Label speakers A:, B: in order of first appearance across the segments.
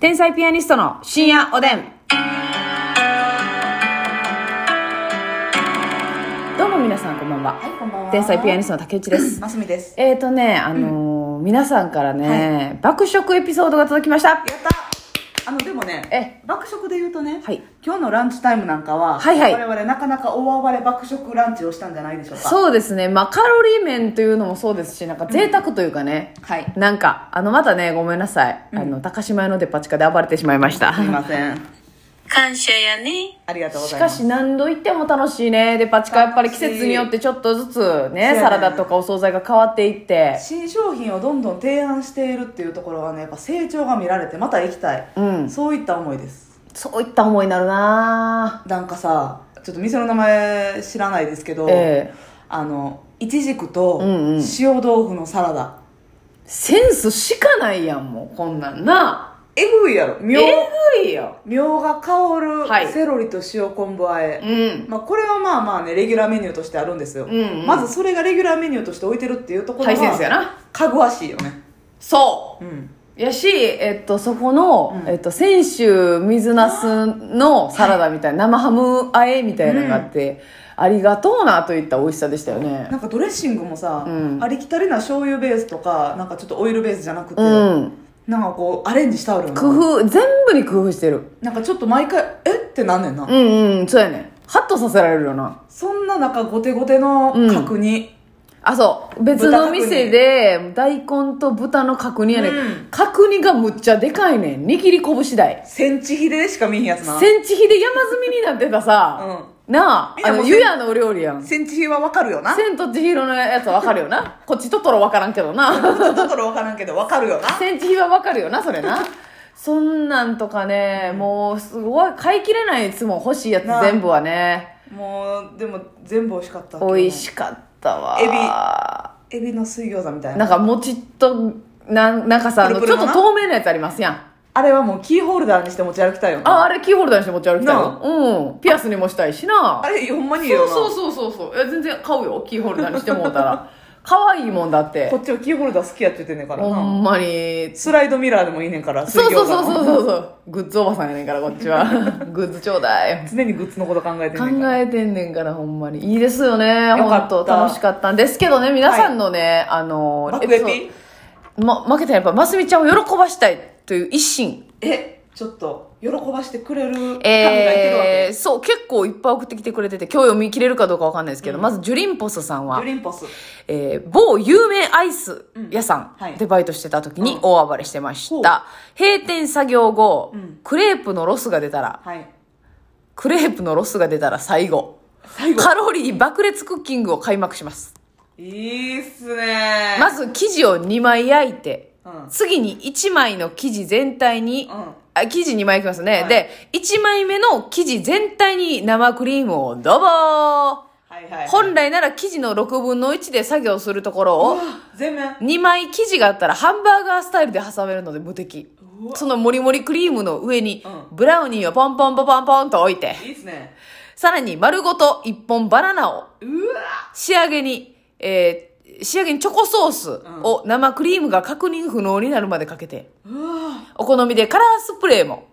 A: 天才ピアニストの深夜おでん。どうも皆さんこんばんは。
B: はい、こんばんは。
A: 天才ピアニ
B: ス
A: ストの竹内です。
B: ますみです。
A: えーとね、あのー皆さんからね、爆食エピソードが届きました。
B: やったあの、でもね
A: え、
B: 爆食で言うとね、
A: はい
B: 今日のランチタイムなんかは、
A: はいはい
B: 我々なかなか大暴れ爆食ランチをしたんじゃないでしょうか。う。
A: そうですね、まあカロリー面というのもそうですし、なんか贅沢というかね、
B: はい。
A: なんか、あの、またね、ごめんなさい。あの、高島屋のデパ地下で暴れてしまいました。
B: すいません。
C: 感謝やね。
B: ありがとうご
A: し
B: ざいま
A: か
B: す。
A: し何度行っても楽しいね。デパ地下やっぱり季節によってちょっとずつ
B: そうや
A: ね、
B: ね
A: サラダとかお惣菜が変わっていって。
B: 新商品をどんどん提案しているっていうところはね、やっぱ成長が見られて、また行きたい。
A: うん
B: そういった思いです。
A: そういった思いになるな
B: なんかさ、ちょっと店の名前知らないですけど、
A: ええ
B: あの、いちじくと
A: うんうん
B: 塩豆腐のサラダ。
A: センスしかないやん、もう。こんなんな。
B: えぐいやろ。
A: え
B: 妙
A: ぐいよ。
B: みょうが香る、
A: はい
B: セロリと塩昆布和
A: う
B: え、
A: ん。
B: まあ、これはまあまあねレギュラーメニューとしてあるんですよ、
A: んうん
B: まずそれがレギュラーメニューとして置いてるっていうところ
A: ハイセンスや
B: が
A: な。
B: かぐわしいよね
A: そう。
B: うん
A: やし、えっと、そこの、
B: うん
A: えっと、泉州水なすのサラダみたいな、生ハムあえみたいなのがあって、ありがとうなといった美味しさでしたよね
B: な。んかドレッシングもさ、
A: うん
B: ありきたりな醤油ベースとかなんかちょっとオイルベースじゃなくて、
A: うん。
B: なんかこうアレンジしてあるよね
A: 工夫、全部に工夫してる。
B: なんかちょっと毎回えってなんねんな、
A: うんうん、そうやね。ハッとさせられるよな。
B: そんな中ゴテゴテの角煮、
A: あ、そう。別の店で、大根と豚の角煮やね、
B: うん
A: 角煮がむっちゃでかいねん。握り拳大。
B: センチヒデしか見えへんやつな
A: センチ比で山積みになってたさ、なあ
B: みん、な
A: あ
B: も
A: の、
B: う
A: 湯屋のお料理やん。
B: センチヒはわかるよな
A: 千と千尋のやつはわかるよな。こっちトトロわからんけどな。
B: ちょっとわからんけどわかるよな
A: センチ比はわかるよな、それな。そんなんとかね、もうすごい、買い切れないいつも欲しいやつ
B: なあ
A: 全部はね、
B: もうでも全部美味しかった
A: 美味しかったわ。
B: エビの水餃子みたいな
A: なんかもちっとなんなんかさあのち
B: プル
A: ょ
B: プル
A: っ
B: の
A: と
B: な
A: 透明なやつありますやん
B: あれはもうキーホルダーにして持ち歩きたいよな
A: ああれキーホルダーにして持ち歩きたいよ
B: な
A: うんピアスにもしたいしな
B: あれほんまにいい
A: そ
B: よ
A: う
B: な
A: そうそうそうそういや全然買うよキーホルダーにしてもうた ら可愛いもんだって
B: こっちはキーホルダー好きやって言ってんねんから
A: ほ
B: なん
A: まに
B: スライドミラーでもいいねんから水
A: そう
B: 餃子
A: そ
B: の
A: うそうそうそうそうグッズおばさんやねんからこっ ちはグッズちょうだい
B: 常にグッズのこと考えてん
A: 考
B: ねんから
A: えてんねんからほんまにいいですよね
B: よか
A: 本
B: った
A: 当楽しかったんですけどね皆さんのね、あの
B: 爆エ
A: エピ
B: ビ
A: ソードま負けたらやっぱますみちゃんを喜ばしたいという一心
B: えちょっと喜ばしてくれる神がいてるわ
A: え
B: け
A: ー、そう、結構いっぱい送ってきてくれてて、今日読み切れるかどうかわかんないですけど、まず、ジュリンポスさん
B: ジ
A: は
B: ュ、リンポス
A: えー、某有名アイス屋さ
B: うんは
A: ん
B: い
A: でバイトしてた時
B: う
A: に
B: ん
A: 大暴れしてまし
B: ほう
A: た。閉店作業後、
B: うん
A: クレープのロスが出たら、
B: はい
A: クレープのロスが出たら最後、
B: 最後
A: カロリー爆裂クッキングを開幕します。
B: いいっすね
A: まず、生地を2枚焼いて、
B: うん
A: 次に1枚の生地全体に、
B: うん
A: あ、生地2枚いきますね。
B: はい
A: で、1枚目の生地全体に生クリームをドボー
B: はいはい
A: 本来なら生地の6分の1で作業するところ
B: う
A: を
B: わ、全面
A: 2枚生地があったらハンバーガースタイルで挟めるので無敵。
B: うわ
A: そのもりもりクリームの上に、
B: う
A: ブラウニーをポンポンポンポンポンと置いて、
B: いいっすね
A: さらに丸ごと1本バナナを、
B: うわ
A: 仕上げに、えー仕上げにチョコソースを生クリームが確認不能になるまでかけて、
B: うわ
A: お好みでカラースプレーも、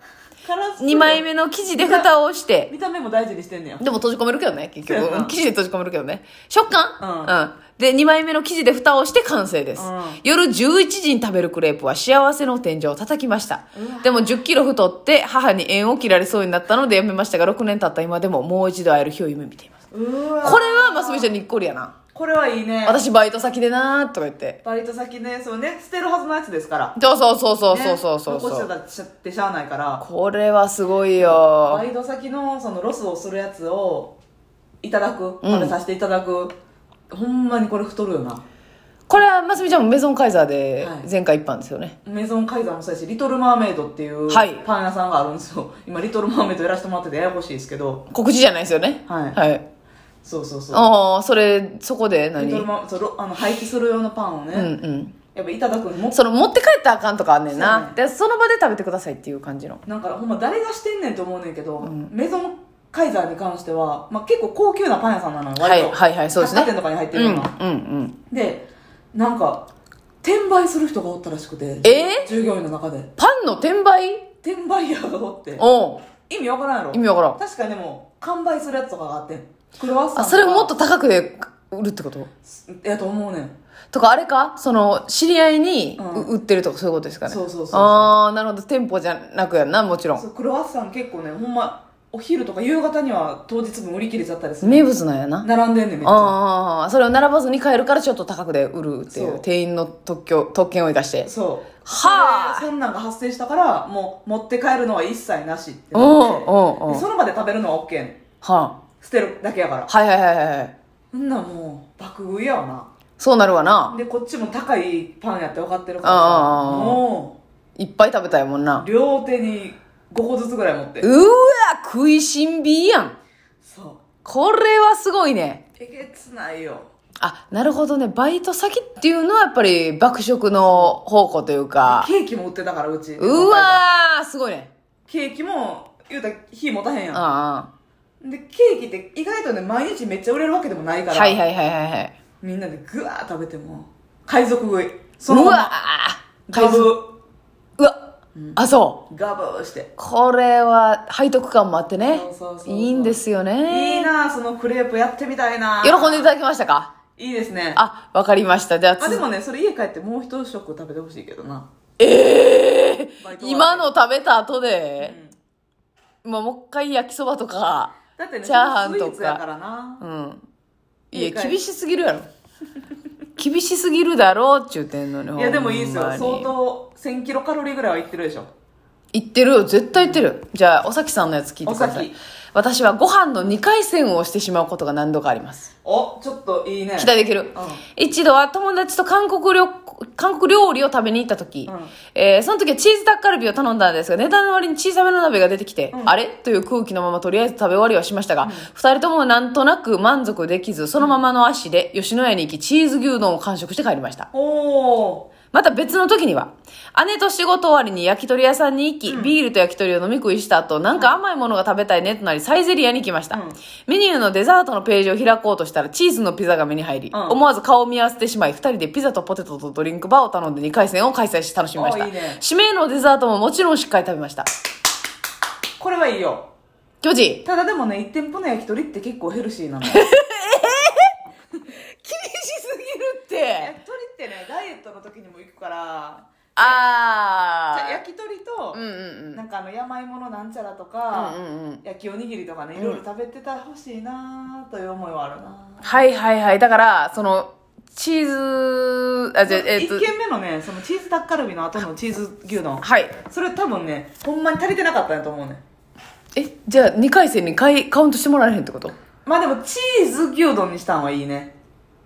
B: カラス
A: 2枚目の生地で蓋をして、
B: 見た目も大事にしてんねや
A: でも閉じ込めるけどね、結
B: そうや
A: 局。
B: な
A: 生地で閉じ込めるけどね。食感
B: うん
A: うん。で、2枚目の生地で蓋をして完成です。
B: うん
A: 夜11時に食べるクレープは幸せの天井を叩きました。でも10キロ太って母に縁を切られそうになったのでやめましたが、6年経った今でももう一度会える日を夢見ています。
B: うわ
A: これは、ますみちゃんにっこりやな。
B: これはいいね
A: 私バイト先でなーとか言って。
B: バイト先ねそうね捨てるはずのやつですから、ね、
A: そうそうそうそうそうそうそう
B: 残し
A: そ
B: て
A: う。
B: たらしゃってしゃあないから
A: これはすごいよ
B: バイト先のそのロスをするやつをいただく食べさせていただく、ほんまにこれ太るよな
A: これはますみちゃんもメゾンカイザーで
B: はい
A: 前回一般ですよね。
B: メゾンカイザーもそうやしリトルマーメイドっていう
A: はい
B: パン屋さんがあるんですよ、今リトルマーメイドやらせてもらっててややこしいですけど
A: 告知じゃないですよね。
B: はい
A: はい。
B: そうそうそう
A: ああそれそこで
B: リ
A: 何
B: トルマーメイドそうロあの廃棄する用のパンをね、
A: うんうん
B: やっぱいただくのもっと
A: その持って帰ったらあかんとかあんねんな
B: そ
A: で
B: う
A: その場で食べてくださいっていう感じの
B: なんかほんま誰がしてんねんと思うねんけど、メゾンカイザーに関しては、まあ、結構高級なパン屋さんなのよ
A: は
B: 割
A: い
B: と、
A: はいはいそうです
B: 百
A: ね
B: 貨店とかに入って
A: うん
B: る
A: うんう
B: ような、
A: ん
B: でなんか転売する人がおったらしくて
A: え
B: 従業員の中で
A: パンの転売
B: 転売ヤーがおって
A: おう
B: 意味わからんやろ
A: 意味わからん
B: 確かにでも完売するやつとかがあってんクロワッサンとか
A: あそれもっと高くで売るってこと
B: やと思うねん
A: とかあれかその知り合いに
B: うん
A: う売ってるとかそういうことですかね
B: そうそうそうそう
A: ああなるほど店舗じゃなくやんなもちろん
B: そうクロワッサン結構ねほんまお昼とか夕方には当日分売り切れちゃったりする
A: 名物なんやな
B: 並んでんねんめっちゃ
A: ああそれを並ばずに買えるからちょっと高くで売るってい
B: そう
A: う店員の特許特権を生かして
B: そう
A: はあ
B: でそんなんが発生したからもう持って帰るのは一切なしって
A: うん
B: な
A: う
B: って
A: んうん
B: でその場で食べるのは OK ね
A: は
B: ん捨てるだけやから
A: あはいはいはいはいはい
B: そんなんもう爆食いやわ
A: そうなるわ
B: な
A: な
B: でこっちも高いパンやって分かってるから
A: あー
B: も
A: いっぱい食べたいもんな
B: う両手に5個ずつぐらい持って
A: うわ食いしんびやん
B: そう
A: これはすごいね
B: えげつないよ
A: あなるほどねバイト先っていうのはやっぱり爆食の宝庫というか
B: ケーキも売ってたからうち
A: うわーすごいね
B: ケーキも言うたら火持たへんやん
A: あ
B: でケーキって意外とね毎日めっちゃ売れるわけでもない
A: あ
B: から、
A: はいはいはいはいはい
B: みんなでぐわー食べても海賊食いそうのま
A: わ
B: ま
A: ー
B: ガ
A: 海賊う
B: ブ
A: わあそう
B: ガブーして
A: これは背徳感もあってね
B: そうそうそうそう
A: いいんですよね
B: いいなあそのクレープやってみたいなあ
A: 喜んでいただきましたか
B: いいですねあ
A: あわかりましたじゃあつ
B: でもねそれ家帰ってもう一食食べてほしいけどな
A: ええ
B: バイト終わり
A: 今の食べた後で、まあもう一回焼きそばとか
B: だってね
A: チャーハンとか
B: スイーツやからな
A: うんい
B: いいか
A: や
B: い
A: 厳しすぎるやろ 厳しすぎるだろうっちゅうてんのに
B: いやでもいいですよ
A: ほんまに
B: 相当1000キロカロリーぐらいはいってるでしょ
A: 言ってるよ絶対言ってるじゃあおさきさんのやつ聞いてくださ
B: お
A: い
B: さ
A: 私はご飯の2回戦をしてしまうことが何度かあります
B: おちょっといいね
A: 期待できる、一度は友達と韓国料韓国料理を食べに行った時、
B: うん
A: えーその時はチーズタッカルビを頼んだんですが値段の割に小さめの鍋が出てきて、あれという空気のままとりあえず食べ終わりはしましたが、二人ともなんとなく満足できずそのままの足で吉野家に行きチーズ牛丼を完食して帰りました
B: おお
A: また別の時には、姉と仕事終わりに焼き鳥屋さんに行き、ビールと焼き鳥を飲み食いした後、なんか甘いものが食べたいねとなり、サイゼリアに来ました。
B: うん
A: メニューのデザートのページを開こうとしたら、チーズのピザが目に入り、
B: うん
A: 思わず顔を見合わせてしまい、二人でピザとポテトとドリンクバーを頼んで2回戦を開催して楽しみました。
B: おいいね
A: 締めのデザートももちろんしっかり食べました。
B: これはいいよ
A: 気持ちいい
B: ただでもね1店舗の焼き鳥って結構ヘルシーなの
A: 厳しすぎるって
B: 焼き鳥ってねダイエットの時にも行くから
A: あ
B: じゃあ
A: ー。
B: 焼き鳥と、
A: うんうん
B: なんかあの山芋のなんちゃらとか、
A: うんうんうん
B: 焼きおにぎりとかねいろいろ食べてたら欲しいなという思いはあるな、
A: はいはいはい。だから、その、チーズ、あ、じゃあ、えっと
B: 1、軒目のねそのチーズタッカルビの後のチーズ牛丼
A: はい。
B: それ多分ねほんまに足りてなかったんやと思うね
A: えじゃあ2回戦にかいカウントしてもらえへんってこと
B: まあでもチーズ牛丼にしたんはいいね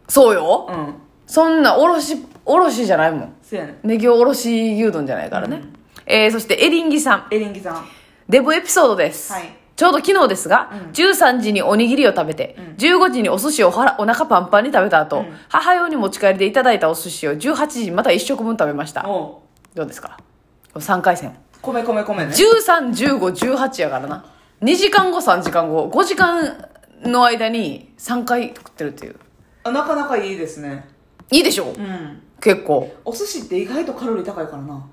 A: そうよ、
B: うん
A: そんなおろしおろしじゃないもん
B: そうやね
A: ネギおろし牛丼じゃないからね、えー、そしてエリンギさん
B: エリンギさん
A: デブエピソードです、
B: はい
A: ちょうど昨日ですが、
B: うん
A: 13時におにぎりを食べて、15時にお寿司をお腹お腹パンパンに食べた後、
B: うん
A: 母用に持ち帰りでいただいたお寿司を18時にまた1食分食べました
B: おう
A: どうですか3回戦
B: 米米米ね
A: 131518やからな2時間後3時間後5時間の間に3回食ってるっていう
B: あなかなかいいですね
A: いいでしょ
B: うん
A: 結構
B: お寿司って意外とカロリー高いからな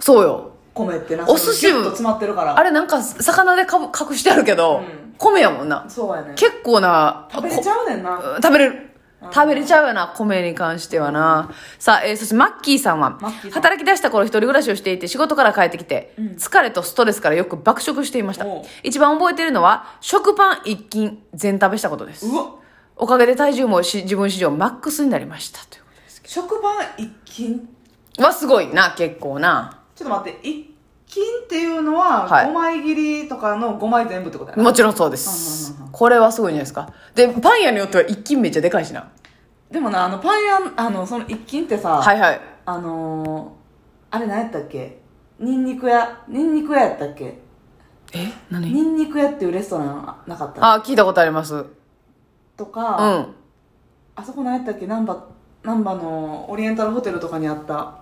A: そうよ
B: 米ってな
A: お寿司
B: そのギュッと詰まってるから
A: あれなんか魚でかぶ隠してあるけど、
B: うん
A: 米やもんな
B: そうやね
A: 結構な
B: 食べれちゃうねんな
A: こうん食べれる食べれちゃうよな、米に関してはな。さあ、えーそしてマッキーさんは
B: マッキーさん、
A: 働き出した頃一人暮らしをしていて仕事から帰ってきて、疲れとストレスからよく爆食していました
B: おう。
A: 一番覚えているのは、食パン一斤全食べしたことです。
B: うわ
A: おかげで体重もし自分史上マックスになりました。というこ
B: 食パン一斤
A: とはすごいな、結構な。
B: ちょっと待って一斤っていうのは
A: はい
B: 5枚切りとかの5枚全部ってことやな、
A: もちろんそうです
B: うんうんうん。
A: これはすごいんじゃないですか。で、パン屋によっては一斤めっちゃでかいしな。
B: でもなあのパン屋あのその一斤ってさ、
A: はいはい。
B: あのー、あれ何やったっけニンニク屋ニンニク屋やったっけ
A: え
B: ニ
A: 何
B: ンニク屋っていうレストランなかった
A: あ、聞いたことあります。うん。
B: とか、
A: あ
B: あそこ何やったっけ難波難波のオリエンタルホテルとかにあった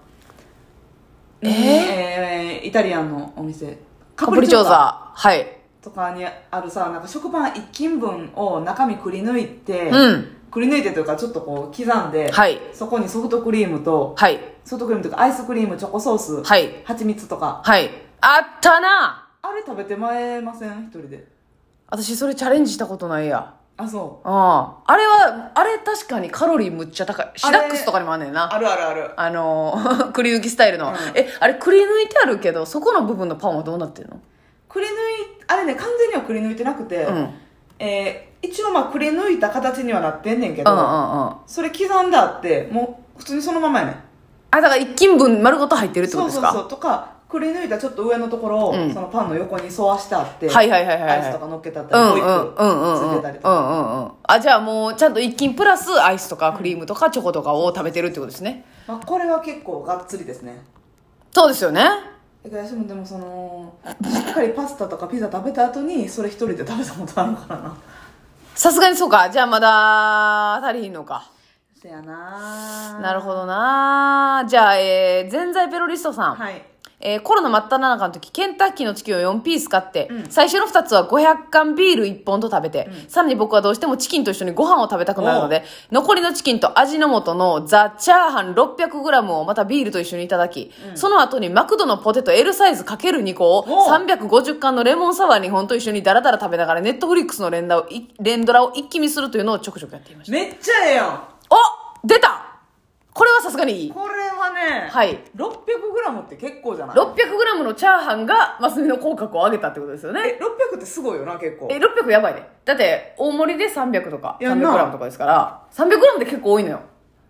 A: えー
B: えーイタリアンのお店
A: カプリチョーザ。はい。
B: とかにあるさなんか食パン一斤分を中身くり抜いて、
A: うん。
B: くり抜いてというかちょっとこう刻んで、
A: はい。
B: そこにソフトクリームと
A: はい。
B: ソフトクリームというかアイスクリームチョコソース、
A: はい。
B: 蜂蜜とか
A: はい。あったな
B: あれ食べてまえません一人で
A: 私それチャレンジしたことないや。
B: あそ
A: うん。あれは、あれ確かにカロリーむっちゃ高い。シダックスとかにもあんねん
B: う
A: な。
B: あるあるある
A: あのー、 くり抜きスタイルの、
B: うん
A: え、あれくり抜いてあるけど、そこの部分のパンはどうなってるの
B: くり抜いあれね完全にはくり抜いてなくて、
A: うん。うんうんうん。
B: えー一応まあくり抜いた形にはなってんねんけど、
A: あ、
B: それ刻んであってもう普通にそのままやねん
A: だから一斤分丸ごと入ってるってこ
B: そ
A: と
B: う
A: ですか
B: そうそうとかくり抜いたちょっと上のところを、
A: うん
B: そのパンの横に沿わしてあって、
A: はいはいはいはい
B: アイスと
A: は
B: か乗っけたっ
A: い。う
B: た
A: ん
B: り
A: うんうんうんうん。うんうん
B: ついてたりとか、
A: うん。あ、じゃあもうちゃんと一斤プラスアイスとかクリームとかチョコとかを食べてるってことですね。
B: まあ、これは結構がっつりですね
A: そうですよね。
B: だから私もでもそのしっかりパスタとかピザ食べた後にそれ一人で食べたことあるからな
A: さすがにそうか。じゃあまだ足りひんのか。
B: せやな
A: なるほどなじゃあ、えー、全在ペロリストさん。
B: はい
A: えーコロナ真っ只中の時、ケンタッキーのチキンを4ピース買って、
B: うん
A: 最初の2つは500缶ビール1本と食べて、さらに僕はどうしてもチキンと一緒にご飯を食べたくなるので、残りのチキンと味の素のザ・チャーハン 600g をまたビールと一緒にいただき、その後にマクドのポテト L サイズ ×2 個を
B: お
A: 350缶のレモンサワー2本と一緒にダラダラ食べながら、ネットフリックスの連打をい、連ドラを一気見するというのをちょくちょくやっていました。
B: めっちゃええやん
A: お出たこれはさすがにいい。
B: これはね、
A: はい。
B: 600g って結構じゃない
A: 600g のチャーハンがマスミの口角を上げたってことですよね
B: え600ってすごいよな結構
A: え600やばいねだって大盛りで300とか
B: いやな
A: 300g とかですから 300g って結構多いのよ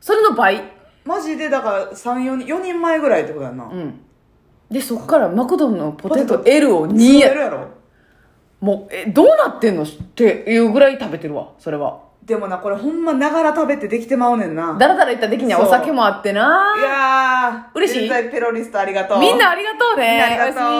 A: それの倍
B: マジでだから34人4人前ぐらいってことやんな、
A: うんでそっからマクドのポテト
B: ポテ
A: L を2
B: 吸え
A: 円
B: るやろ
A: もうえどうなってんのっていうぐらい食べてるわそれは
B: でもなこれほんまながら食べてできてまうねんな
A: だらだらいった時にはお酒もあって
B: い
A: な
B: やー
A: 嬉しい
B: 絶対ペロリストありがとう
A: みんなありがとうね
B: みんなありが
A: おや
B: とう
A: すみ